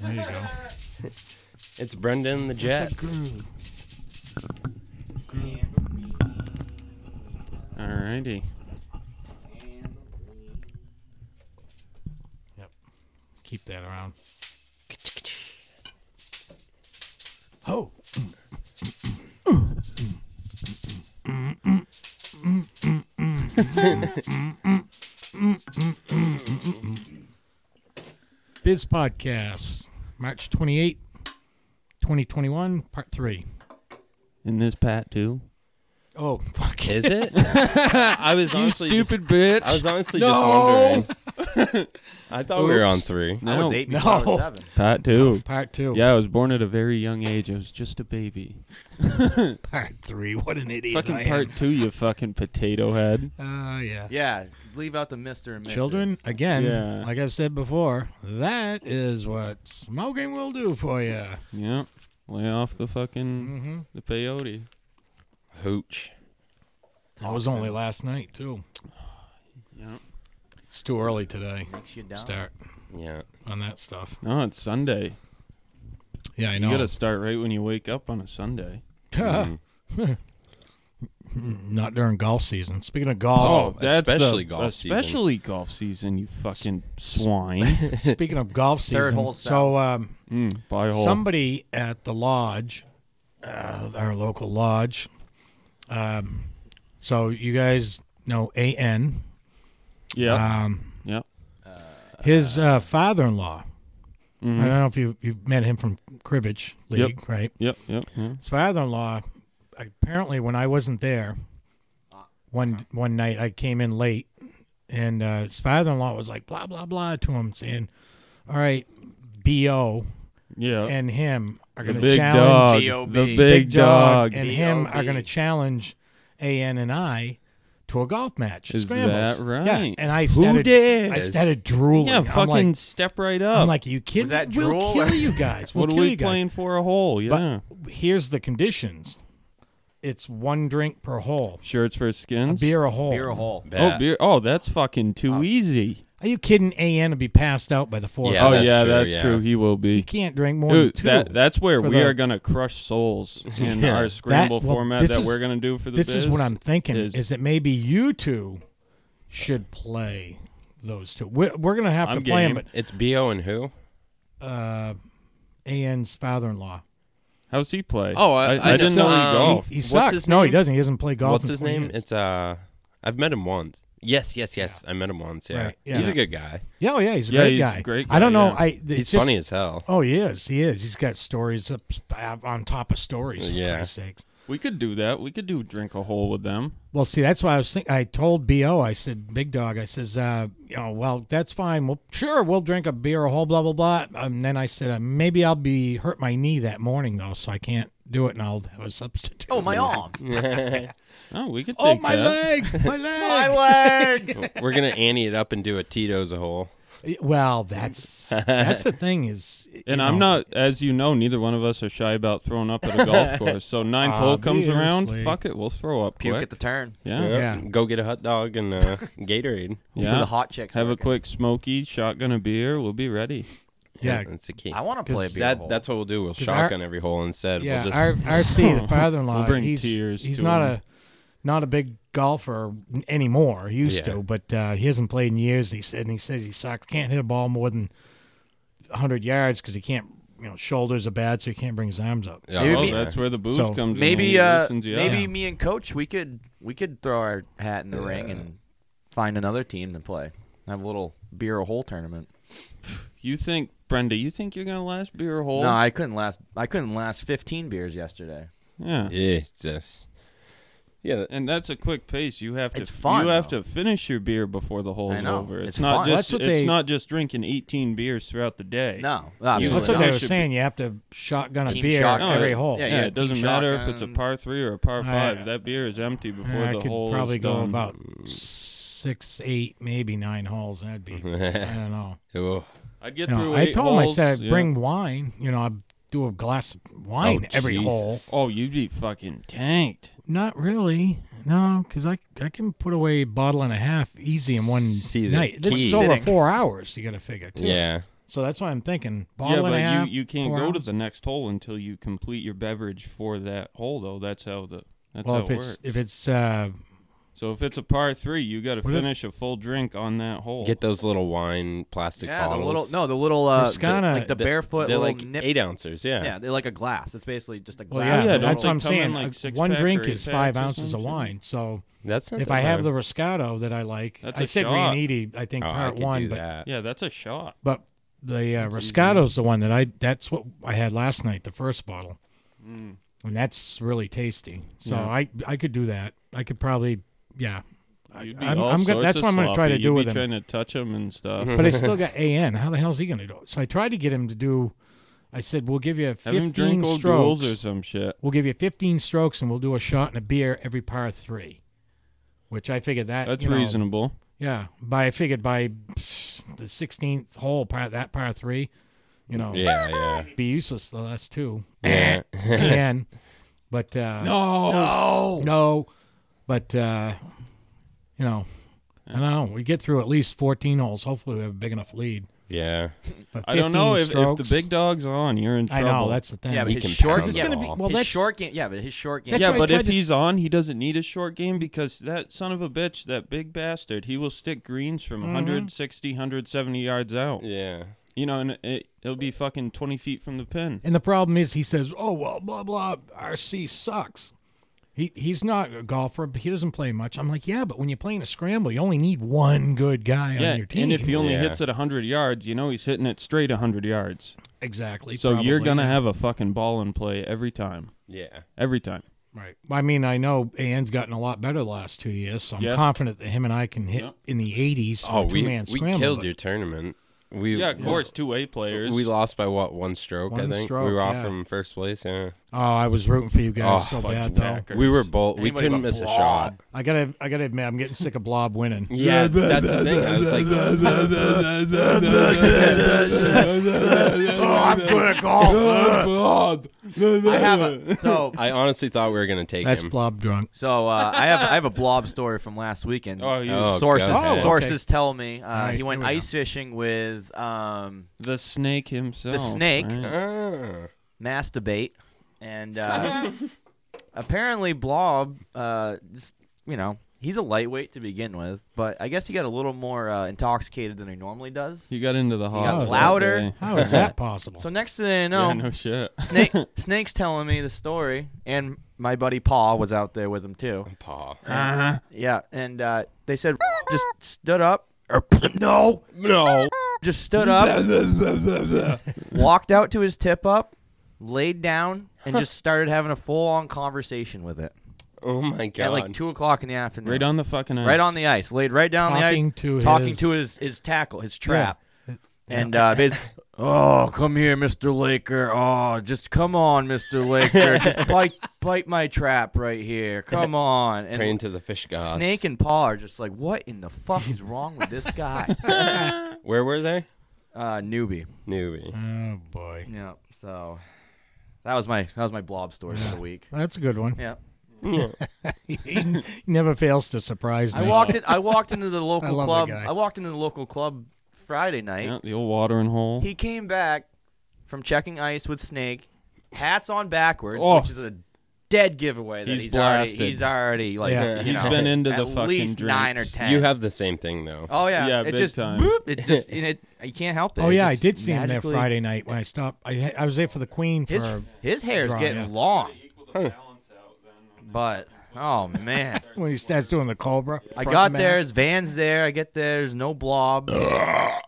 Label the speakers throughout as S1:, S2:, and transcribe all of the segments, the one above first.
S1: There you go.
S2: It's Brendan the Jets.
S3: Alrighty.
S1: Yep. Keep that around. Ho! Biz Podcast, March 28th, 2021, Part 3.
S3: And this Pat too.
S1: Oh, fuck.
S2: Is it?
S3: I was honestly
S1: Stupid bitch.
S2: I was honestly
S1: No!
S2: just wondering. I thought we were on three.
S3: No,
S4: I was eight before I
S1: No.
S4: was seven.
S3: Pat too.
S1: Part 2.
S3: Yeah, I was born at a very young age. I was just a baby.
S1: Part 3. What an idiot. I
S3: Fucking
S1: am.
S3: part two, you fucking potato head.
S1: Uh, yeah.
S4: Yeah, leave out the Mister and Mrs.
S1: Children, again,
S3: Yeah.
S1: like I've said before, that is what smoking will do for you.
S3: Yeah. Lay off the fucking
S1: Mm-hmm.
S3: the peyote.
S2: Hooch.
S1: That was only last night too.
S3: Yeah.
S1: It's too early today.
S4: Makes you down.
S1: Start
S2: Yeah.
S1: on that stuff.
S3: No, it's Sunday.
S1: Yeah, I
S3: You
S1: know.
S3: gotta start right when you wake up on a Sunday.
S2: Mhm.
S3: Mm-hmm.
S1: Not during golf season. Speaking of
S2: Oh,
S1: golf,
S3: that's the-
S2: especially golf season.
S3: Especially golf season, you fucking swine.
S1: speaking of golf season.
S4: Third hole
S1: so um,
S3: mm, buy hole.
S1: somebody at the lodge, uh, our local lodge. Um, so you guys know An.
S3: yeah.
S1: Um,
S3: yeah.
S1: his uh, father-in-law. I don't know if you you met him from cribbage league, right?
S3: Mm-hmm. Yep. Yep. Yeah.
S1: His father-in-law, apparently, when I wasn't there, one one night I came in late, and uh, his father-in-law was like blah blah blah to him, saying, "All right, Bo
S3: Yeah.
S1: and him are
S3: Uh, the
S1: going to
S3: big
S1: challenge
S3: dog.
S4: B.O.B..
S3: The big,
S1: Big
S3: dog.
S1: and
S4: B.O.B..
S1: him are going to challenge An and I." To a golf match,
S3: Is
S1: scrambles.
S3: that
S1: Yeah,
S3: right?
S1: and I
S3: Who
S1: started, I
S3: dares?
S1: started drooling.
S3: yeah.
S1: I'm
S3: Fucking
S1: like,
S3: step right up.
S1: I'm like, are you kidding?
S4: Was that
S1: we'll
S4: drool?
S1: kill you guys. We'll
S3: what are
S1: kill
S3: we
S1: you guys.
S3: playing for a hole?
S1: But
S3: Yeah.
S1: here's the conditions. It's one drink per hole.
S3: Shirts for skins.
S1: Beer a hole.
S4: Beer a hole.
S3: Oh,
S2: That.
S3: beer. Oh, that's fucking too easy.
S1: Are you kidding? An to be passed out by the four.
S2: Yeah,
S1: of us.
S3: oh
S2: that's
S3: yeah,
S2: true,
S3: that's
S2: yeah.
S3: true. He will be.
S1: You can't drink more than
S3: Dude,
S1: two.
S3: that, that's where
S1: for
S3: we
S1: the-
S3: are gonna crush souls in
S2: Yeah.
S3: our scramble
S1: well,
S3: format
S1: this
S3: that
S1: is-
S3: we're gonna do for the.
S1: this is what
S3: biz.
S1: I'm thinking. Is,
S3: is-
S1: that maybe you two should play those two? We're, we're gonna have
S3: I'm
S1: to play 'em,
S3: game.
S2: It's Bo and who?
S1: but uh, An's father-in-law.
S3: How's he play?
S2: Oh, I- I
S3: didn't
S2: just-
S3: know he
S2: um,
S3: golfed.
S1: He
S2: What's
S1: sucks.
S2: his
S1: No, he
S2: name?
S1: doesn't. He doesn't play golf.
S2: What's
S1: in
S2: his
S1: 20
S2: name?
S1: years.
S2: It's uh, I've met him once. Yes, yes, yes. I met him once. Yeah,
S1: Right, yeah.
S2: he's a good guy.
S1: yeah, oh, yeah. He's a
S3: Yeah,
S1: great
S3: he's a
S1: guy.
S3: great
S1: I
S3: guy,
S1: don't know.
S3: yeah.
S1: I
S2: He's
S1: it's just-
S2: funny as hell.
S1: Oh, he is. He is. He's got stories up, uh, on top of stories. For
S2: Yeah.
S1: Christ's sakes.
S3: We could do that. We could do drink a hole with them.
S1: Well, see, that's why I was think I told Bo. I said, "Big dog." I says, uh, "You know, well, that's fine. Well, sure, we'll drink a beer, a whole blah blah blah." And then I said, uh, "Maybe I'll be hurt my knee that morning though, so I can't do it, and I'll have a substitute."
S4: Oh, my arm.
S3: Oh, we could.
S1: Oh
S3: take
S1: my
S3: that.
S1: leg! My leg!
S4: leg.
S2: We're gonna ante it up and do a Tito's a hole.
S1: Well, that's that's the thing is, you
S3: And I'm
S1: know,
S3: not, as you know, neither one of us are shy about throwing up at a golf course. So ninth hole comes around,
S1: Obviously.
S3: fuck it, we'll throw up
S4: Puke
S3: quick.
S4: at the turn.
S3: yeah,
S1: Yeah.
S3: yeah.
S2: Go get a hot dog and uh, Gatorade.
S4: Yeah. The hot chicks.
S3: Have a
S4: working.
S3: quick smoky, shotgun a beer. We'll be ready.
S1: Yeah,
S2: that's the key.
S4: I want to play a
S1: 'Cause
S4: beer
S2: that
S4: hole.
S2: that's what we'll do. We'll
S1: 'Cause our-
S2: shotgun every hole instead.
S1: Yeah,
S2: we'll just
S1: our RC, the father-in-law,
S3: We'll bring
S1: he's,
S3: tears
S1: he's
S3: to
S1: not
S3: him.
S1: a not a big golfer n- anymore. He used
S2: Yeah.
S1: to, but uh, he hasn't played in years. He said, and he says he sucks. Can't hit a ball more than hundred yards because he can't. You know, shoulders are bad, so he can't bring his arms up.
S2: Yeah,
S4: Maybe-
S3: oh,
S2: well,
S3: that's where the booze
S1: So-
S3: comes
S4: Maybe
S3: in. when he
S4: uh,
S3: loosens you up.
S4: maybe me and Coach we could we could throw our hat in the ring and find another team to play. Have a little beer a hole tournament.
S3: You think, Brenda? You think you're gonna last beer hole?
S4: No, I couldn't last. I couldn't last 15 beers yesterday.
S3: yeah.
S2: yeah, just yeah. that-
S3: And that's a quick pace. You have to.
S4: It's fun,
S3: you have
S4: though.
S3: to finish your beer before the hole's
S4: I know.
S3: over. It's,
S4: It's
S3: not
S4: fun.
S3: just.
S1: That's what
S3: it's
S1: they-
S3: not just drinking 18 beers throughout the day.
S4: No,
S3: Yeah,
S1: That's
S4: absolutely
S1: what
S3: no,
S1: they
S3: it
S1: were
S3: should
S1: saying. You have to shotgun a
S4: Team
S1: beer
S4: shotgun.
S1: every
S3: it's-
S1: hole.
S4: yeah,
S3: uh, Yeah, it
S4: team
S3: doesn't matter if it's a
S4: shotguns.
S3: par three or a par five. that beer is empty before
S1: I
S3: the
S1: could
S3: hole
S1: probably
S3: is
S1: go
S3: done.
S1: about six, eight, maybe nine holes. That'd be. I don't know.
S2: oh,
S3: I'd Mm-hmm. get
S1: You know,
S3: through.
S1: I
S3: eight
S1: told him I
S3: holes,
S1: said I'd
S3: yeah.
S1: bring wine. You know, I'd do a glass of wine
S2: Oh,
S1: every
S2: Jesus.
S1: hole.
S3: Oh, you'd be fucking tanked.
S1: Not really. No, because I, I can put away a bottle and a half easy in one
S2: See, the
S1: night. This is
S2: key-
S1: over
S4: Sitting.
S1: four hours, you got to figure, too.
S2: yeah.
S1: So that's why I'm thinking ball
S3: yeah,
S1: and a
S3: but
S1: half,
S3: you, you can't
S1: four
S3: go to
S1: hours.
S3: the next hole until you complete your beverage for that hole, though. That's how the that's
S1: Well,
S3: how
S1: if
S3: it
S1: it's
S3: works.
S1: if it's uh,
S3: So if it's a par three, you got to
S1: What if-
S3: finish a full drink on that hole.
S2: Get those little wine plastic
S4: yeah,
S2: bottles.
S4: the little no, the little uh, the-
S1: Friscana,
S4: like the
S2: Th-
S4: barefoot
S2: They're
S4: little
S2: like
S4: nip.
S2: eight ouncers. Yeah.
S4: Yeah, they're like a glass. It's basically just a
S1: well,
S4: glass.
S1: yeah,
S3: Yeah,
S4: with
S3: don't
S1: that's
S3: they
S1: what I'm
S3: come in
S1: saying.
S3: like
S1: Uh,
S3: six
S1: one
S3: pack or
S1: drink
S3: eight
S1: is five
S3: packs or
S1: ounces of
S3: something?
S1: wine. So
S2: That's not
S1: if
S2: that
S1: I have
S2: bad.
S1: the Roscato that I like,
S3: That's
S1: I
S3: a
S1: said
S3: shot.
S1: Rianiti, I think
S2: Oh, I
S1: part
S2: could
S1: one,
S2: do
S1: but
S2: that.
S3: yeah, that's a shot.
S1: but the uh, Roscato's the one that I that's what I had last night, the first bottle, and that's really tasty. So
S3: Mm. Yeah.
S1: I I could do that. I could probably yeah.
S3: You'd
S1: I'm- I'm gonna- that's what I'm gonna
S3: to
S1: try to do
S3: You'd
S1: with
S3: be
S1: him.
S3: Trying to touch him and stuff.
S1: But I still got AN. How the hell is he going to do it? So I tried to get him to do. I said, "We'll give you
S3: Have him
S1: 15
S3: drink old
S1: strokes.
S3: duels or some shit.
S1: we'll give you 15 strokes, and we'll do a shot and a beer every par three, which I figured that
S3: That's
S1: you know,
S3: reasonable.
S1: Yeah, by I figured by pff, the 16th hole, par that par three, you know,
S2: Yeah, yeah.
S1: be useless the last two.
S2: yeah.
S1: AN, but uh,
S3: No.
S1: no, but uh, you know, I don't know. We get through at least 14 holes. Hopefully, we have a big enough lead.
S2: Yeah.
S1: But
S3: I don't
S1: 15
S3: know if, if the
S1: strokes-
S3: big dog's on, you're in
S1: I
S3: trouble.
S1: know that's the thing.
S4: Yeah, but
S2: He
S4: his
S2: can
S4: short
S2: pound
S1: It's
S2: the
S4: game.
S1: gonna be
S2: ball.
S1: well.
S4: his
S1: That's
S4: short game. Yeah, but his short game.
S1: That's
S3: yeah,
S1: why I
S3: but
S1: tried
S3: if
S1: to
S3: he's
S1: s-
S3: on, he doesn't need a short game because that son of a bitch, that big bastard, he will stick greens from
S1: Mm-hmm.
S3: 160, 170 yards out.
S2: Yeah.
S3: You know, and it, it'll be fucking 20 feet from the pin.
S1: and the problem is he says, "Oh well, blah blah, RC sucks." He he's not a golfer, but he doesn't play much. I'm like, yeah, but when you're playing a scramble, you only need one good guy
S3: Yeah,
S1: on your team.
S3: and if he only
S2: Yeah.
S3: hits it 100 yards, you know he's hitting it straight 100 yards.
S1: exactly,
S3: So you're
S1: probably.
S3: going to have a fucking ball in play every time.
S2: Yeah.
S3: Every time.
S1: right. I mean, I know An's gotten a lot better the last two years, so I'm
S3: Yeah.
S1: confident that him and I can hit
S3: Yeah.
S1: in the 80s.
S2: Oh, we
S1: man
S2: we
S1: scramble,
S2: killed
S1: but-
S2: your tournament. We
S3: Yeah, of course, two way players.
S2: We lost by what one stroke? I
S1: One
S2: think we
S1: stroke,
S2: were off
S1: yeah.
S2: from first place. Yeah,
S1: Oh, I was rooting for you guys
S2: Oh,
S1: so bad
S2: fucking
S1: though.
S3: knacker.
S2: we were both. We
S4: Anybody
S2: couldn't
S4: but
S2: miss a
S4: Blob.
S2: shot.
S1: I gotta I gotta admit, I'm getting sick of Blob winning.
S2: Yeah, that's the thing. I was like,
S1: I'm good at golf.
S4: I have a, so
S2: I honestly thought we were gonna take
S1: That's
S2: him.
S1: Blob drunk.
S4: so uh, I have I have a blob story from last weekend.
S3: Oh, you-
S2: Oh,
S4: sources
S2: God.
S1: Oh,
S4: sources tell me uh,
S1: right,
S4: he went
S1: here we go.
S4: ice fishing with um,
S3: the snake himself.
S4: snake.
S3: right?
S2: Ah.
S4: masturbate, and uh, apparently Blob, uh, just, you know, he's a lightweight to begin with, but I guess he got a little more uh, intoxicated than he normally does.
S3: He got into the
S4: got
S3: hogs. that
S4: louder.
S3: day.
S1: How is that possible?
S4: So next thing I know,
S3: Yeah, no shit.
S4: Snake, Snake's telling me the story, and my buddy Paul was out there with him too.
S2: Paw.
S3: Uh-huh.
S4: Yeah, and uh, they said just stood up. Or, no,
S2: No.
S4: just stood up, walked out to his tip up, laid down, and just started having a full on conversation with it
S2: Oh my god.
S4: at like two o'clock in the afternoon.
S3: Right on the fucking ice.
S4: right on the ice, laid right down
S1: Talking
S4: the ice,
S1: to
S4: talking
S1: his-
S4: to his his tackle, his trap, and uh, basically, oh, come here, Mister Laker, oh, just come on, Mister Laker, just bite bite my trap right here, come on, and
S2: Praying to the fish gods.
S4: Snake and Paw are just like, what in the fuck is wrong with this guy,
S2: Where were they?
S4: uh, newbie?
S2: Newbie.
S1: Oh boy,
S4: Yeah, so that was my that was my blob story for the week.
S1: that's a good one.
S4: Yeah.
S1: he never fails to surprise me.
S4: I walked in, I walked into the local
S1: love the
S4: club.
S1: guy.
S4: I walked into the local club Friday night.
S3: Yeah, the old watering hole.
S4: He came back from checking ice with Snake, hats on backwards,
S3: Oh.
S4: which is a dead giveaway that he's,
S3: He's
S4: already
S3: blasted.
S4: he's already like
S1: Yeah.
S4: you
S2: He's
S4: know,
S3: been into
S4: at
S3: the fucking
S4: least nine or
S3: drinks.
S4: ten.
S2: You have the same thing though.
S4: Mm-hmm. oh yeah,
S3: Yeah,
S4: it
S3: big
S4: just
S3: time.
S4: boop, it just and it you can't help it.
S1: Oh
S4: It
S1: yeah, I
S4: just
S1: did see him there
S4: magically-
S1: Friday night when I stopped. I I was there for the Queen for
S4: His his hair's
S1: Draw,
S4: getting
S1: yeah.
S4: long, but oh man.
S1: when he starts doing the Cobra.
S4: I
S1: front
S4: got
S1: and back.
S4: there, his van's there, I get there, there's no blob.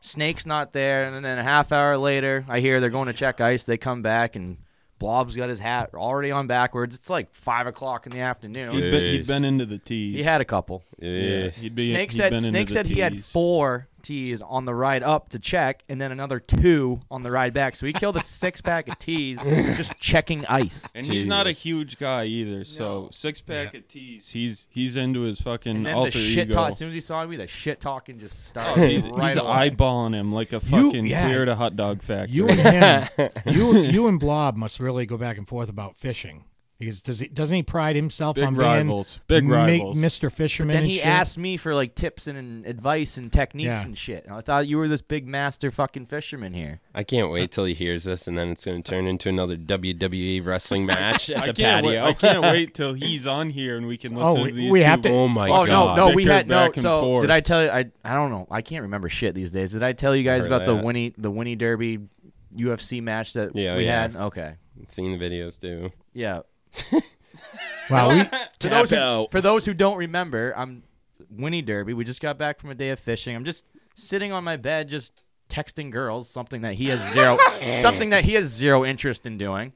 S4: Snake's not there, and then a half hour later, I hear they're going to check ice, they come back and Blob's got his hat already on backwards. It's like five o'clock in the afternoon.
S3: He'd, been, he'd been into the tees.
S4: He had a couple.
S2: Yeah.
S3: He'd be,
S4: Snake
S3: he'd
S4: said
S3: been into
S4: Snake
S3: the
S4: said he had
S3: tees.
S4: four tees on the ride up to check, and then another two on the ride back. So he killed a six pack of tees just checking ice.
S3: And he's not a huge guy either, so six pack of tees. He's he's into his fucking
S4: And then
S3: alter
S4: the shit
S3: ego.
S4: talk. As soon as he saw me, the shit talking just started.
S3: he's
S4: right
S3: he's
S4: away.
S3: eyeballing him like a fucking
S1: yeah.
S3: clear to hot dog factory.
S1: You and him, you you and Blob must really go back and forth about fishing. Because does he doesn't he pride himself
S3: Big
S1: on
S3: rivals. Big
S1: being
S3: rivals.
S1: Mr. Fisherman?
S4: Then
S1: and
S4: he
S1: shit?
S4: asked me for like tips and, and advice and techniques
S1: Yeah.
S4: and shit. And I thought you were this big master fucking fisherman here.
S2: I can't wait till he hears this, and then it's going to turn into another WWE wrestling match at
S3: I
S2: the
S3: can't,
S2: patio.
S3: wait, I can't wait till he's on here and we can listen
S1: Oh,
S3: to
S1: we-
S3: these
S1: we
S3: two
S1: have to-
S2: Oh my
S4: oh
S2: god!
S4: no, no, we
S3: Bicker
S4: had no.
S3: back and
S4: So
S3: forth.
S4: did I tell you? I I don't know. I can't remember shit these days. Did I tell you guys
S2: Heard
S4: about the
S2: that.
S4: Winnie the Winnie Derby UFC match that
S2: Yeah,
S4: we
S2: yeah.
S4: had? Okay,
S2: Seen the videos too.
S4: yeah.
S1: Wow, we,
S4: For
S2: Tap
S4: those who,
S2: out.
S4: for those who don't remember, I'm Winnie Derby. We just got back from a day of fishing. I'm just sitting on my bed, just texting girls something that he has zero something that he has zero interest in doing.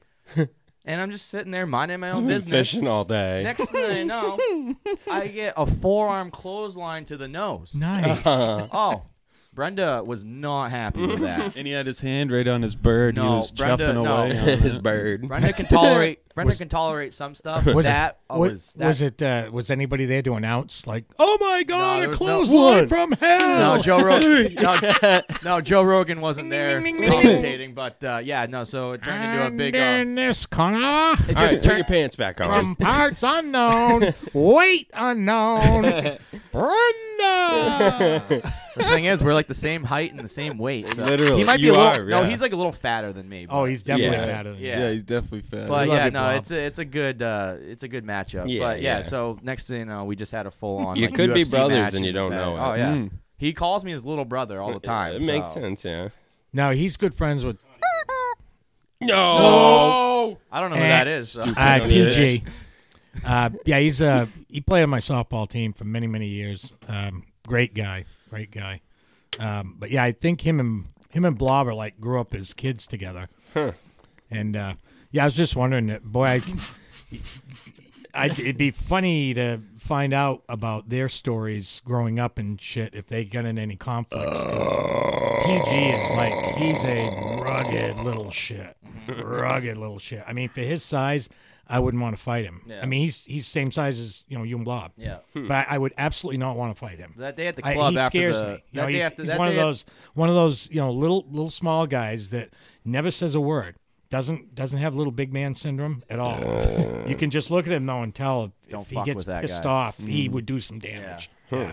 S4: And I'm just sitting there minding my own business.
S2: Fishing all day.
S4: Next thing I know, I get a forearm clothesline to the nose.
S1: nice.
S4: Oh, Brenda was not happy with that.
S3: And he had his hand right on his bird.
S4: No,
S3: he was
S4: Brenda,
S3: chuffing
S4: no.
S3: away. on
S2: His
S3: it.
S2: bird.
S4: Brenda can tolerate. Brenda can tolerate some stuff.
S1: Was-
S4: that oh,
S1: Wa-
S4: was that,
S1: was it? Uh, was anybody there to announce like, "Oh my God,
S4: there
S1: a
S4: was no-
S1: clothesline
S4: One.
S1: from hell"?
S4: No, Joe Rogan. No, no, Joe Rogan wasn't there
S1: Ding, ding, ding, ding.
S4: commentating, but uh, yeah, no. So it turned into a
S1: I'm
S4: big. Uh,
S1: in this corner
S4: it
S2: All right,
S4: just
S2: put
S4: turned.
S2: your pants back on.
S1: from parts unknown, weight unknown. Brenda.
S4: The thing is, we're like the same height and the same weight. So
S2: Literally,
S4: he might be
S2: you
S4: a little.
S2: are,
S4: No,
S2: yeah.
S4: he's like a little fatter than me. But,
S1: Oh, he's definitely
S2: Yeah.
S1: fatter than you.
S4: Yeah.
S3: he's definitely fat.
S4: But
S1: love
S4: yeah,
S1: you,
S4: no,
S1: Bob.
S4: it's a it's a good uh, it's a good matchup.
S2: Yeah,
S4: but yeah,
S2: yeah.
S4: so next thing you know, we just had a full on.
S2: You
S4: like,
S2: could be
S4: UFC
S2: brothers
S4: match
S2: and you don't know it.
S4: Oh yeah,
S3: Mm.
S4: he calls me his little brother all the time.
S2: It makes
S4: so-
S2: sense, yeah.
S1: No, he's good friends with
S2: No.
S4: I don't know who
S1: Eh,
S4: that is. so-
S1: uh,
S2: Yeah.
S1: TG. Uh, yeah, he's uh, he played on my softball team for many many years. Um, great guy, great guy. Um, but yeah, I think him and him and Blob are like grew up as kids together. And uh, yeah, I was just wondering, uh, boy, I, I, it'd be funny to find out about their stories growing up and shit if they got in any conflicts. 'cause TG is like he's a rugged little shit, rugged little shit. I mean, for his size, I wouldn't want to fight him.
S4: Yeah.
S1: I mean, he's he's same size as you know you and Blob.
S4: Yeah.
S1: but I would absolutely not want to fight him.
S4: That day at the
S1: I-
S4: club
S1: he
S4: after
S1: scares
S4: the
S1: me. You
S4: that
S1: know,
S4: day
S1: he's
S4: after
S1: he's
S4: that
S1: one of
S4: day at-
S1: those one of those you know little little small guys that never says a word. Doesn't doesn't have little big man syndrome at all. you can just look at him though and tell if,
S4: Don't
S1: if he
S4: fuck
S1: gets
S4: with that
S1: pissed
S4: guy. Mm-hmm.
S1: off, he would do some damage. Yeah.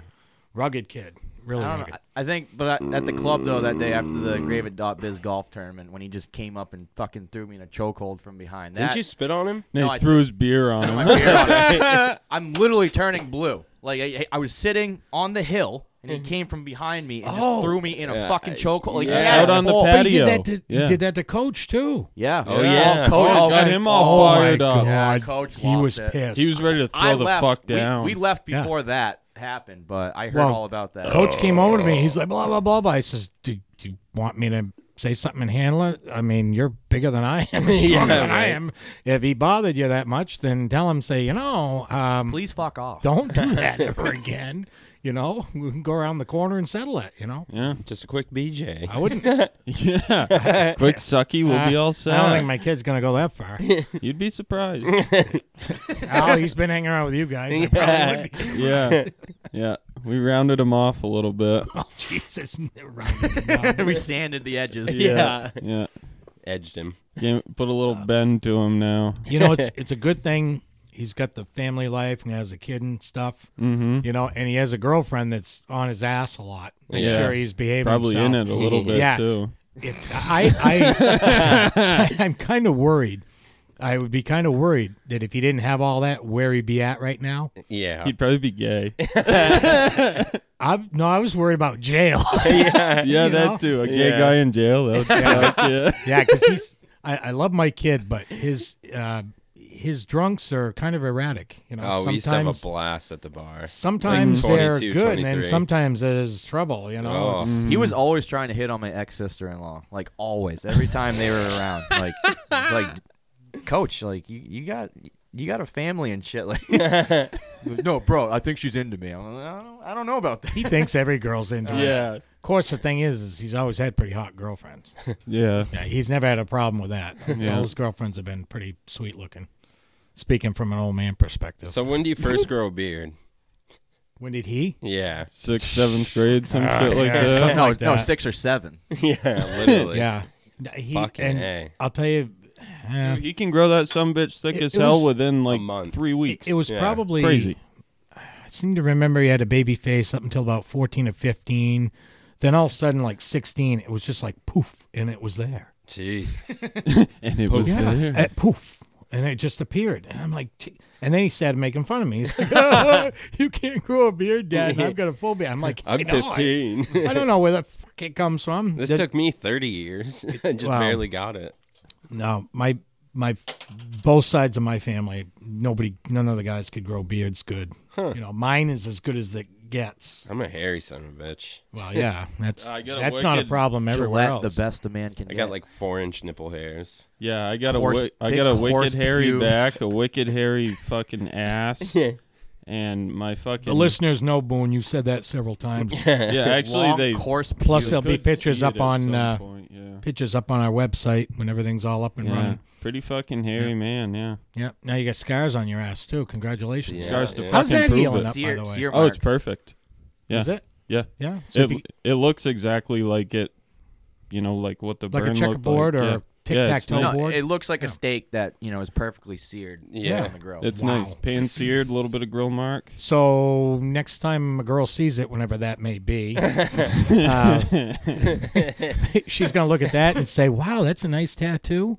S1: Rugged kid, really
S4: I don't
S1: rugged.
S4: know. I I think, but I, at the club though, that day after the Gravid Dot Biz golf tournament, when he just came up and fucking threw me in a chokehold from behind. That,
S2: Didn't you spit on him?
S3: Nate
S4: No, I-
S3: threw his beer on
S4: my
S3: him.
S4: beard on it. I'm literally turning blue. Like I, I was sitting on the hill, and he came from behind me and just
S1: Oh.
S4: threw me in a
S2: Yeah,
S4: fucking
S2: I-
S4: chokehold. Like,
S2: yeah.
S4: he had
S3: Out
S4: a
S3: on the
S4: full-
S1: But he did that
S3: patio.
S1: to
S3: Yeah.
S1: he did that to coach too.
S4: Yeah.
S2: Oh, yeah.
S4: All coach,
S3: Oh,
S4: all
S3: got
S4: kind-
S3: him all
S1: oh
S3: fired
S1: my
S3: up.
S1: God,
S4: Yeah, coach
S1: he
S4: lost
S1: was
S4: it.
S1: pissed.
S3: He was ready to throw
S4: I
S3: the
S4: left.
S3: fuck
S4: We-
S3: down.
S4: We, left
S1: Yeah.
S4: before that happened, but I heard
S1: Well,
S4: all about that.
S1: Coach came over to
S3: Oh.
S1: me. He's like, blah, blah, blah, blah. I says, do, do you want me to say something and handle it? I mean, you're bigger than I am. and Stronger than I
S2: right.
S1: am. If he bothered you that much, then tell him, say, you know, um,
S4: Please fuck off.
S1: don't do that ever again. You know, we can go around the corner and settle it, you know.
S3: yeah.
S2: Just a quick BJ.
S1: I wouldn't. I
S3: Yeah. Quick sucky, we'll be all set.
S1: don't think my kid's going to go that far.
S3: You'd be surprised.
S1: oh, he's been hanging around with you guys. I probably would be.
S3: yeah. Yeah. We rounded him off a little bit.
S1: Oh, Jesus. Right.
S4: we sanded the edges.
S3: Yeah.
S2: Edged him.
S3: Game- put a little bend to him now.
S1: you know, it's it's a good thing he's got the family life and he has a kid and stuff. Mm-hmm. You know, and he has a girlfriend that's on his ass a lot. I'm
S3: Yeah.
S1: sure he's behaving
S3: Probably in it a
S1: himself.
S3: little bit
S1: Yeah.
S3: too.
S1: If- I, I, I I'm kind of worried. I would be kind of worried that if he didn't have all that, where he'd be at right now.
S2: Yeah.
S3: He'd probably be gay.
S1: I no, I was worried about jail.
S3: yeah,
S1: You
S3: that
S1: know?
S3: too. A gay
S2: Yeah.
S3: guy in jail. That would suck. Yeah.
S1: yeah, because he's. I, I love my kid, but his uh, his drunks are kind of erratic. You know,
S2: oh,
S1: sometimes
S2: we used to have a blast at the bar.
S1: sometimes
S2: Like
S1: they're
S2: 22,
S1: good and
S2: 23.
S1: sometimes there's trouble you know
S2: Oh.
S1: It's-
S4: He was always trying to hit on my ex sister in law. Like always, every time they were around. Like it's like, coach, like you, you got you got a family and shit. Like, no, bro, I think she's into me. I'm like, I don't, I don't know about that.
S1: he thinks every girl's into it
S3: Yeah.
S1: of course the thing is is he's always had pretty hot girlfriends
S3: Yeah.
S1: yeah, he's never had a problem with that
S3: Yeah.
S1: all his girlfriends have been pretty sweet looking speaking from an old man perspective
S2: So when do you first grow a beard?
S1: when did he
S2: Yeah.
S3: Sixth, seventh grade, some
S1: Ah,
S3: shit like
S1: yeah,
S3: that.
S1: something
S4: No,
S1: like
S4: no,
S1: that.
S4: six or seven.
S2: Yeah, literally.
S1: yeah N- he,
S2: Fucking
S1: and
S2: A.
S1: i'll tell you Eh.
S3: He can grow that some bitch thick
S1: It-
S3: as
S1: it
S3: hell
S1: was-
S3: within like
S2: month.
S3: three weeks.
S1: uh, It was
S2: Yeah,
S1: probably
S3: crazy.
S1: I seem to remember he had a baby face up until about fourteen or fifteen. Then all of a sudden, like sixteen, it was just like poof, and it was there.
S2: Jesus.
S3: And it was
S1: Yeah,
S3: there.
S1: uh, poof, and it just appeared. And I'm like, "Gee." and then he started making fun of me. He's like, "Oh, "You can't grow a beard, Dad. and I've got a full beard." I'm like,
S2: I'm
S1: "You know, I-
S2: 15.
S1: I don't know where the fuck it comes from.
S2: this
S1: That-
S2: took me 30 years. I just
S1: Wow.
S2: barely got it.
S1: no, my my both sides of my family, nobody, none of the guys could grow beards good. You know, mine is as good as it gets.
S2: I'm a hairy son of a bitch.
S1: Well, yeah, that's
S3: I got a
S1: that's not a
S3: wicked
S1: problem everywhere
S4: Gillette,
S1: else.
S4: the best a man can
S2: I
S4: get.
S2: got like four inch nipple hairs.
S3: Yeah, I got a
S4: Horse-
S3: wi- I
S4: big
S3: got a
S4: horse
S3: wicked hairy
S4: pubes.
S3: back, a wicked hairy fucking ass, and my fucking
S1: The listeners know, Boone. You said that several times.
S3: Yeah, actually
S4: long,
S3: they
S4: coarse
S1: Plus,
S4: pubes.
S1: they'll be
S3: could
S1: pictures
S3: see it
S1: up
S3: at
S1: on
S3: some
S1: uh,
S3: point, yeah.
S1: pictures up on our website when everything's all up and
S3: Yeah,
S1: running.
S3: pretty fucking hairy man. Yeah.
S1: Yep. Now you got scars on your ass too. Congratulations.
S2: Yeah.
S3: Scars to
S2: yeah.
S1: How's
S3: fucking
S1: that
S3: prove
S1: healing up,
S3: it.
S1: by
S4: Sear-
S1: the way?
S4: sear
S3: Oh, it's
S4: marks.
S3: perfect. Yeah,
S1: Is it?
S3: yeah.
S1: Yeah. So if
S3: It,
S1: you,
S3: it looks exactly like it, you know, like what the
S1: Like a
S3: burn looked
S1: checkerboard
S3: like.
S1: or
S3: Yeah.
S1: tic
S3: Yeah,
S1: tac
S3: it's
S1: toe
S3: nice.
S4: No,
S1: board.
S4: it looks like a steak that you know is perfectly seared.
S2: Yeah.
S4: on the grill.
S3: It's
S1: Wow.
S3: nice, pan seared, little bit of grill mark.
S1: so next time a girl sees it, whenever that may be, uh, she's gonna look at that and say, "Wow, that's a nice tattoo."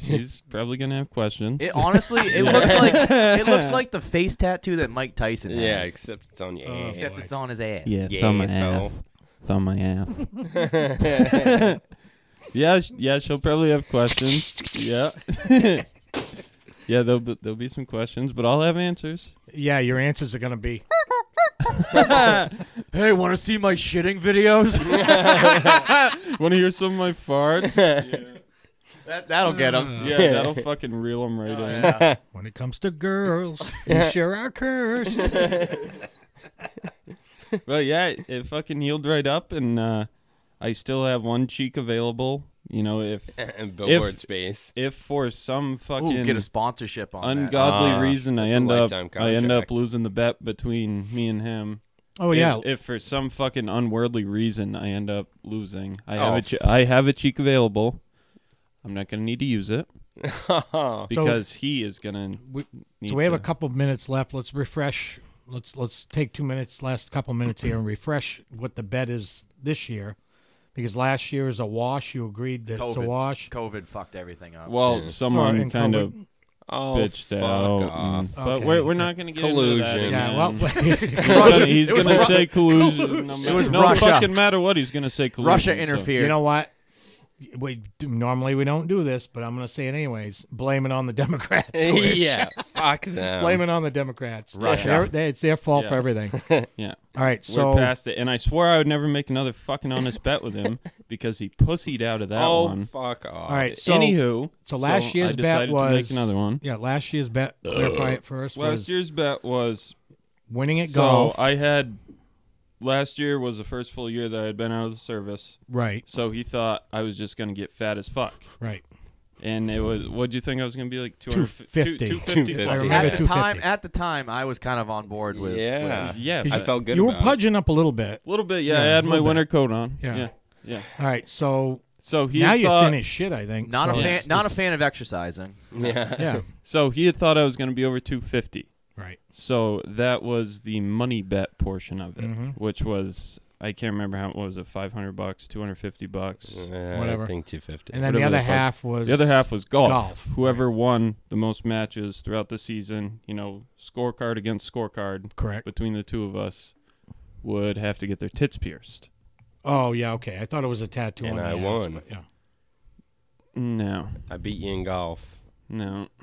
S3: She's probably gonna have questions.
S4: It honestly, it looks like it looks like the face tattoo that Mike Tyson has.
S2: Yeah, except it's on your ass.
S4: except it's on his ass.
S2: Yeah, thumb my fell. ass.
S3: Thumb my ass. yeah, sh- yeah, she'll probably have questions. Yeah. yeah, there'll be, there'll be some questions, but I'll have answers.
S1: Yeah, your answers are gonna be.
S4: Hey, want to see my shitting videos?
S3: Want to hear some of my farts? yeah.
S4: that, that'll get him.
S3: that'll fucking reel them right in.
S1: When it comes to girls, you sure are cursed.
S3: Well, yeah, it, it fucking healed right up, and uh, I still have one cheek available. You know, if
S2: And billboard space.
S3: if for some Mm. fucking
S4: Ooh, get a sponsorship on that.
S3: ungodly
S2: Ah,
S3: reason I
S2: that's a
S3: end up
S2: lifetime
S3: I end up
S2: contract.
S3: losing the bet between me and him.
S1: Oh yeah,
S3: If, if for some fucking unworldly reason I end up losing, I have
S2: Oh,
S3: a che- I have a cheek available. I'm not gonna need to use it
S1: So-
S3: because he is gonna.
S1: We-
S3: need
S1: So we have a
S3: to-
S1: couple minutes left. Let's refresh. Let's let's take two minutes, last couple minutes here, and refresh what the bet is this year, because last year is a wash. You agreed that it's a
S4: COVID.
S1: wash.
S4: Uh, COVID fucked everything up.
S3: Well,
S1: Or
S3: someone
S1: in
S3: kind of
S1: public-
S2: Oh,
S3: bitched
S2: fuck
S3: out,
S2: off.
S3: and- but
S1: Okay.
S3: we're, we're not gonna get into that.
S2: Collusion.
S3: again.
S1: Yeah. Well,
S3: He's gonna, he's
S4: It was
S3: gonna
S4: Ru-
S3: say collusion. No, matter,
S4: was
S3: no
S4: Russia.
S3: fucking matter what he's gonna say collusion.
S4: Russia
S3: so-
S4: interfered.
S1: you know what? We do- normally we don't do this, but I'm going to say it anyways. Blame it on the Democrats. Chris.
S2: yeah, fuck them.
S1: Blame it on the Democrats.
S4: Russia.
S1: They're- they- it's their fault for
S3: Yeah.
S1: everything.
S3: Yeah.
S1: All right,
S3: We're
S1: so
S3: past it, and I swore I would never make another fucking honest bet with him because he pussied out of that
S2: Oh,
S3: one.
S2: fuck off.
S1: all right, so
S3: Anywho,
S1: so last
S3: I
S1: year's bet
S3: decided
S1: was
S3: to make another one.
S1: Yeah, last year's bet. Clarify it first.
S3: Last
S1: was
S3: year's bet was
S1: winning at
S3: so uh,
S1: golf.
S3: I had last year was the first full year that I had been out of the service,
S1: right,
S3: so he thought I was just gonna get fat as fuck,
S1: right.
S3: and it was. What'd you think I was gonna be like 200,
S1: 250.
S3: 250
S1: I remember
S3: fucking
S4: at
S3: fat.
S4: the
S1: 250.
S4: time, at the time, I was kind of on board with.
S2: Yeah.
S4: with-
S3: Yeah,
S2: I
S3: but-
S2: felt good
S1: You were
S2: about it.
S1: pudging up a little bit.
S3: A little bit, yeah.
S1: Yeah,
S3: I had
S1: a
S3: my
S1: little bit.
S3: winter coat on.
S1: Yeah.
S3: Yeah. yeah,
S1: All right, so
S3: So he
S1: now
S3: had
S1: you're
S3: thought,
S1: finished shit. I think
S4: not
S1: so
S4: a fan.
S1: it's-
S4: not a fan of exercising.
S2: Yeah.
S1: Yeah,
S3: So he had thought I was going to be over 250.
S1: right.
S3: So that was the money bet portion of it,
S1: Mhm.
S3: which was I can't remember how what was it 500 bucks, 250 bucks.
S2: Uh,
S1: Whatever.
S2: I think 250.
S1: And then the
S3: Whatever
S1: other
S3: the fuck-
S1: half was
S3: The other half was golf.
S1: golf,
S3: Whoever won the most matches throughout the season, you know, scorecard against scorecard
S1: correct.
S3: between the two of us would have to get their tits pierced.
S1: Oh yeah, okay. I thought it was a tattoo.
S2: And
S1: on
S2: I
S1: the ass,
S2: won.
S1: but yeah.
S3: No.
S2: I beat you in golf.
S3: No.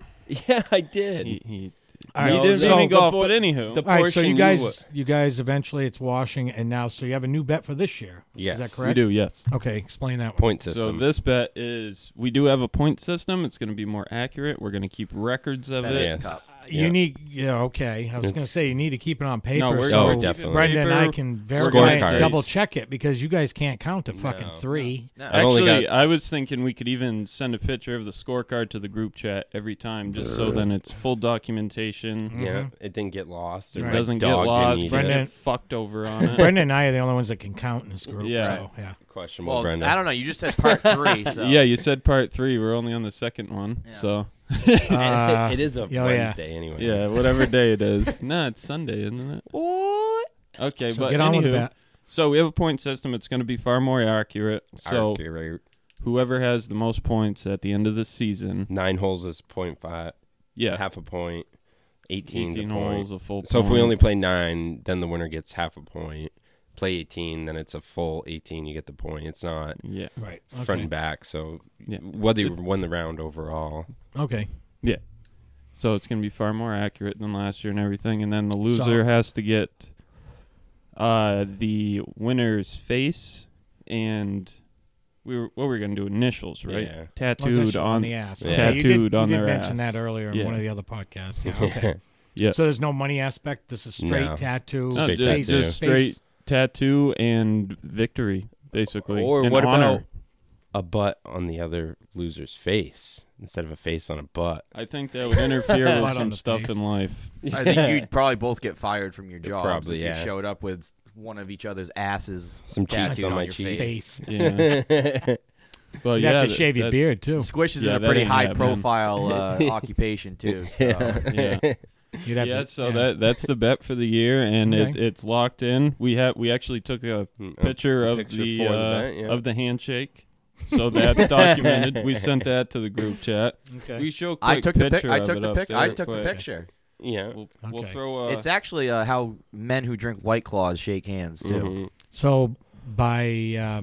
S2: Yeah, I did.
S3: He, he,
S1: All
S3: he
S1: right,
S3: didn't
S1: so-
S3: beat me golf,
S2: the
S3: but anywho.
S2: the-
S1: All right, so
S2: portion
S1: you
S2: you
S1: guys,
S2: were-
S1: you guys, eventually it's washing, and now so you have a new bet for this year.
S2: Yes.
S1: is that
S3: we
S1: correct?
S3: do, yes.
S1: Okay, explain that one.
S2: Point
S3: So
S2: system.
S3: this bet is we do have a point system. It's going to be more accurate. We're going to keep records of
S4: FedEx
S3: it.
S2: Yes.
S4: Cup.
S1: You
S2: Yeah.
S1: need, yeah, okay. I was going to
S2: It's-
S1: say you need to keep it on paper.
S3: No, we're,
S1: so
S2: Oh,
S3: we're
S2: definitely.
S1: Brenda and I
S3: paper.
S1: can
S3: We're
S1: verify
S2: Scorecards.
S1: and double check it because you guys can't count to fucking
S2: No.
S1: three.
S4: No.
S2: I've only
S3: Actually,
S2: got-
S3: I was thinking we could even send a picture of the scorecard to the group chat every time, just so then it's full information.
S2: Yeah, it didn't get lost. Or
S1: Mm-hmm. Right.
S2: my
S3: Doesn't get
S2: dog didn't
S3: lost.
S2: eat it.
S3: Brendan
S1: Brendan-
S3: fucked over on it.
S1: Brendan and I are the only ones that can count in this group.
S3: Yeah.
S1: So, yeah.
S2: Questionable,
S4: Well,
S2: Brendan.
S4: I don't know. You just said part three. So.
S3: Yeah, you said part three. We're only on the second one,
S4: Yeah.
S3: so
S1: Uh,
S2: it is a
S1: yeah, yeah.
S2: Wednesday anyway.
S3: yeah, whatever day it is. nah, it's Sunday, isn't it? What? Okay,
S1: So
S3: but
S1: get on
S3: anywho,
S1: with that.
S3: so we have a point system. It's going to be far more accurate. So
S2: Archery,
S3: whoever has the most points at the end of the season,
S2: nine holes is point five,
S3: yeah,
S2: half a point, 18 's a
S3: 18
S2: point.
S3: holes, a full.
S2: So if we
S3: point.
S2: only play nine, then the winner gets half a point. Play 18, then it's a full 18. You get the point. It's not
S3: yeah,
S1: Right.
S2: front
S1: Okay.
S2: and back. So
S3: Yeah.
S2: whether you won the round overall,
S1: Okay.
S3: so it's going to be far more accurate than last year and everything. And then the loser
S1: So-
S3: has to get uh, the winner's face and we were what were we going to do initials,
S2: Yeah.
S3: right?
S1: Well, that's
S3: Tattooed
S1: on,
S3: on
S1: the ass.
S2: Yeah.
S1: Okay, you did-
S3: Tattooed on
S1: you did
S3: their
S1: mention
S3: ass.
S1: that earlier in
S3: Yeah.
S1: one of the other podcasts. Yeah, okay.
S3: Yeah.
S1: So there's no money aspect. This is straight
S2: No.
S1: tattoo.
S3: No,
S2: Straight
S3: ju-
S2: tattoo.
S3: just,
S1: face-
S3: straight tattoo and victory, basically.
S2: or
S3: And
S2: what
S3: honor.
S2: about a butt on the other loser's face instead of a face on a butt?
S3: I think that would interfere with
S1: Blood on
S3: some
S1: the
S3: stuff
S1: face.
S3: in life.
S4: I think you'd probably both get fired from your jobs
S2: Probably,
S4: if
S2: yeah.
S4: you showed up with one of each other's asses
S2: Some cheeks
S4: tattooed
S2: on
S4: on,
S2: my
S4: your
S2: cheeks.
S1: Face.
S3: Yeah. but
S1: You'd
S3: Oh, yeah,
S1: have to
S3: th-
S1: shave your
S3: that-
S1: beard too.
S4: Squish is
S3: Yeah,
S4: in
S3: that
S4: a pretty
S3: ain't happening.
S4: high profile uh, occupation too. So.
S3: Yeah.
S1: You'd have
S3: yeah,
S1: to,
S3: so that that's the bet for the year, and
S1: Okay.
S3: it's it's locked in. We have we actually took a
S2: Mm, a
S3: picture of
S2: picture
S3: the,
S2: for the
S3: uh,
S2: bet, yeah.
S3: of the handshake, so that's documented. We sent that to the group chat.
S1: Okay.
S3: We show a quick
S4: I took the pic.
S3: picture
S4: I
S3: of
S4: took
S3: it
S4: the
S3: up
S4: pic.
S3: there
S4: I took the
S3: quick.
S4: picture.
S2: Yeah.
S3: We'll, we'll
S1: Okay.
S3: throw. Uh,
S4: it's actually uh, how men who drink White Claws shake hands too.
S3: Mm-hmm.
S2: Mhm.
S1: So by uh,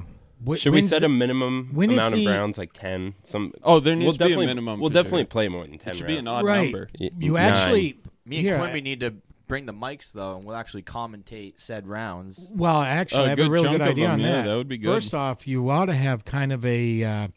S1: wh-
S2: Should we
S1: when's
S2: set
S1: the-
S2: a minimum
S1: when is
S2: amount of
S1: the-
S2: rounds, like 10? Some.
S3: oh, there
S2: we'll
S3: needs to be
S2: definitely,
S3: a minimum.
S2: we'll
S3: for sure.
S2: definitely play more than 10
S3: It should be an
S2: rounds.
S3: odd
S1: right?
S3: number.
S2: Y-
S1: You
S2: nine.
S1: actually.
S4: Me and
S1: here,
S4: Quimby
S1: I-
S4: need to bring the mics though, and we'll actually commentate said rounds.
S1: Well, actually,
S3: A
S1: I have
S3: good
S1: a really
S3: chunk
S1: good
S3: of
S1: idea
S3: them,
S1: on
S3: yeah,
S1: that.
S3: that would be good.
S1: First off, you ought to have kind of a uh,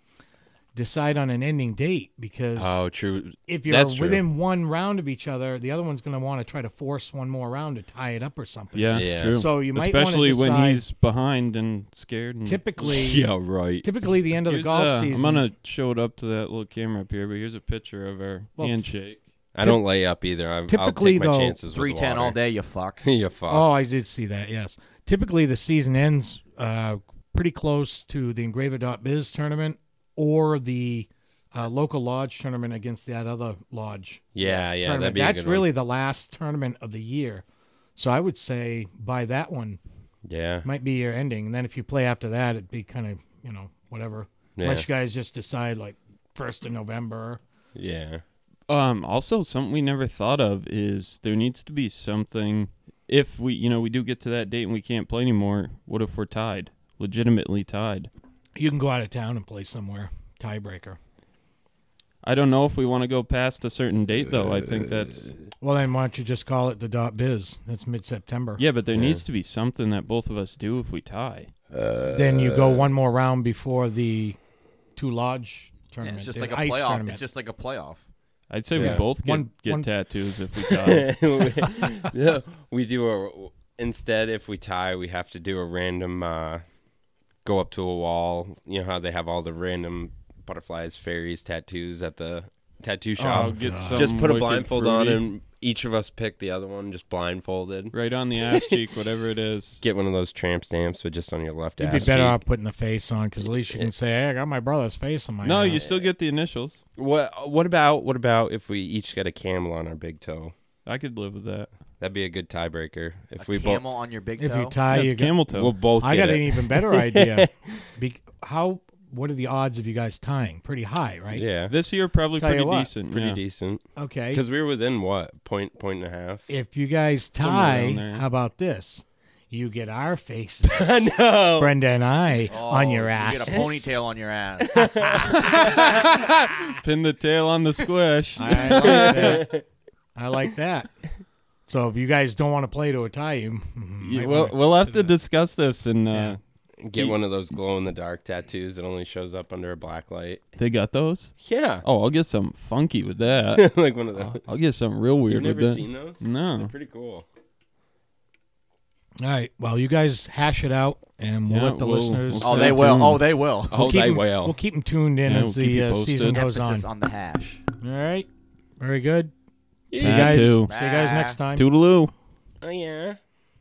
S1: decide on an ending date because
S2: Oh, true.
S1: if you're
S2: That's true.
S1: within one round of each other, the other one's going to want to try to force one more round to tie it up or something.
S3: Yeah,
S2: Yeah.
S3: true.
S1: So you might wanna
S3: especially when
S1: decide-
S3: he's behind and scared. And
S1: Typically,
S2: Yeah, right.
S1: typically the end of the
S3: Here's,
S1: golf
S3: uh,
S1: season.
S3: I'm gonna show it up to that little camera up here, but here's a picture of our
S1: Well,
S3: handshake.
S2: I don't lay up either. I,
S1: typically,
S2: I'll take my
S1: though,
S2: chances with
S4: Three ten
S2: water.
S4: all day, you fucks.
S2: you fuck.
S1: Oh, I did see that. Yes. Typically, the season ends uh, pretty close to the Engraver.biz tournament or the uh, local lodge tournament against that other lodge.
S2: yeah, yeah.
S1: tournament.
S2: That'd be a
S1: That's
S2: good one.
S1: really the last tournament of the year. So I would say by that one
S2: Yeah.
S1: might be your ending. And then if you play after that, it'd be kind of, you know, whatever.
S2: Yeah.
S1: Unless you guys just decide like 1st of November.
S2: Yeah.
S3: Um, also something we never thought of is there needs to be something if we you know we do get to that date and we can't play anymore. What if we're tied, legitimately tied?
S1: You can go out of town and play somewhere. Tiebreaker.
S3: I don't know if we want to go past a certain date though. I think that's
S1: Well, then why don't you just call it the dot biz? That's mid September.
S3: yeah, but there needs to be something that both of us do if we tie.
S1: then you go one more round before the two lodge
S4: Yeah,
S1: tournament.
S4: it's just
S1: the
S4: like a
S1: ice
S4: playoff.
S1: Tournament.
S4: It's just like a playoff.
S3: I'd say
S2: Yeah.
S3: we both get,
S1: One-
S3: get
S1: one-
S3: tattoos if we tie.
S2: yeah. We do a. Instead, if we tie, we have to do a random. Uh, go up to a wall. You know how they have all the random butterflies, fairies, tattoos at the
S1: Oh,
S2: tattoo
S3: I'll
S2: shop.
S3: get some
S2: just put a
S3: wicked
S2: blindfold on,
S3: fruity
S2: and each of us pick the other one, just blindfolded.
S3: right on the ass cheek, whatever it is.
S2: Get one of those tramp stamps, but just on your left
S1: You'd be
S2: ass
S1: better
S2: cheek.
S1: off putting the face on because at least you can say, "Hey, I got my brother's face on my."
S3: No,
S1: hand."
S3: you still get the initials.
S2: What What about What about if we each get a camel on our big toe?
S3: I could live with that.
S2: That'd be a good tiebreaker if
S4: a
S2: we both.
S4: camel on your big
S1: If
S4: toe.
S1: you tie,
S3: That's
S1: you go-
S3: camel toe.
S2: We'll both.
S1: I
S2: get
S1: got an
S2: it.
S1: even better idea. Be- how? What are the odds of you guys tying? Pretty high, right?
S2: Yeah,
S3: This year probably
S1: Tell you
S3: pretty
S1: what,
S3: decent.
S2: pretty
S3: yeah.
S2: decent.
S1: Okay.
S2: Because we were within what point point and a half.
S1: If you guys
S3: Somewhere
S1: tie,
S3: around there.
S1: how about this? You get our faces,
S2: No,
S1: Brenda and I,
S4: Oh,
S1: on your
S4: You
S1: ass.
S4: get a ponytail on your ass.
S3: Pin the tail on the squish.
S1: I like that. I like that. So if you guys don't want to play to a tie, you
S3: Yeah,
S1: might
S3: we'll
S1: wanna
S3: we'll have to
S1: consider
S3: discuss this, and uh,
S1: Yeah.
S2: get one of those glow in the dark tattoos that only shows up under a black light.
S3: they got those.
S2: Yeah,
S3: Oh, I'll get some funky with that.
S2: like one of those.
S3: I'll get some real weird
S2: You've never
S3: with that.
S2: seen those? They're
S3: No,
S2: pretty cool.
S1: All right. Well, you guys hash it out, and we'll
S3: Yeah,
S1: let the
S3: we'll-
S1: listeners.
S3: we'll
S4: oh, they
S3: Stay
S4: will.
S3: tuned.
S4: Oh, they will.
S1: we'll
S2: Oh,
S1: keep
S2: they
S1: 'em-
S2: will.
S1: We'll keep them tuned in
S3: Yeah,
S1: as
S3: we'll keep
S1: the
S3: you
S1: uh,
S3: posted.
S1: season goes on.
S4: Emphasis on the hash.
S1: All right. Very good. See you guys.
S3: Tattoo.
S1: See you guys next time.
S3: Toodaloo.
S2: Oh yeah.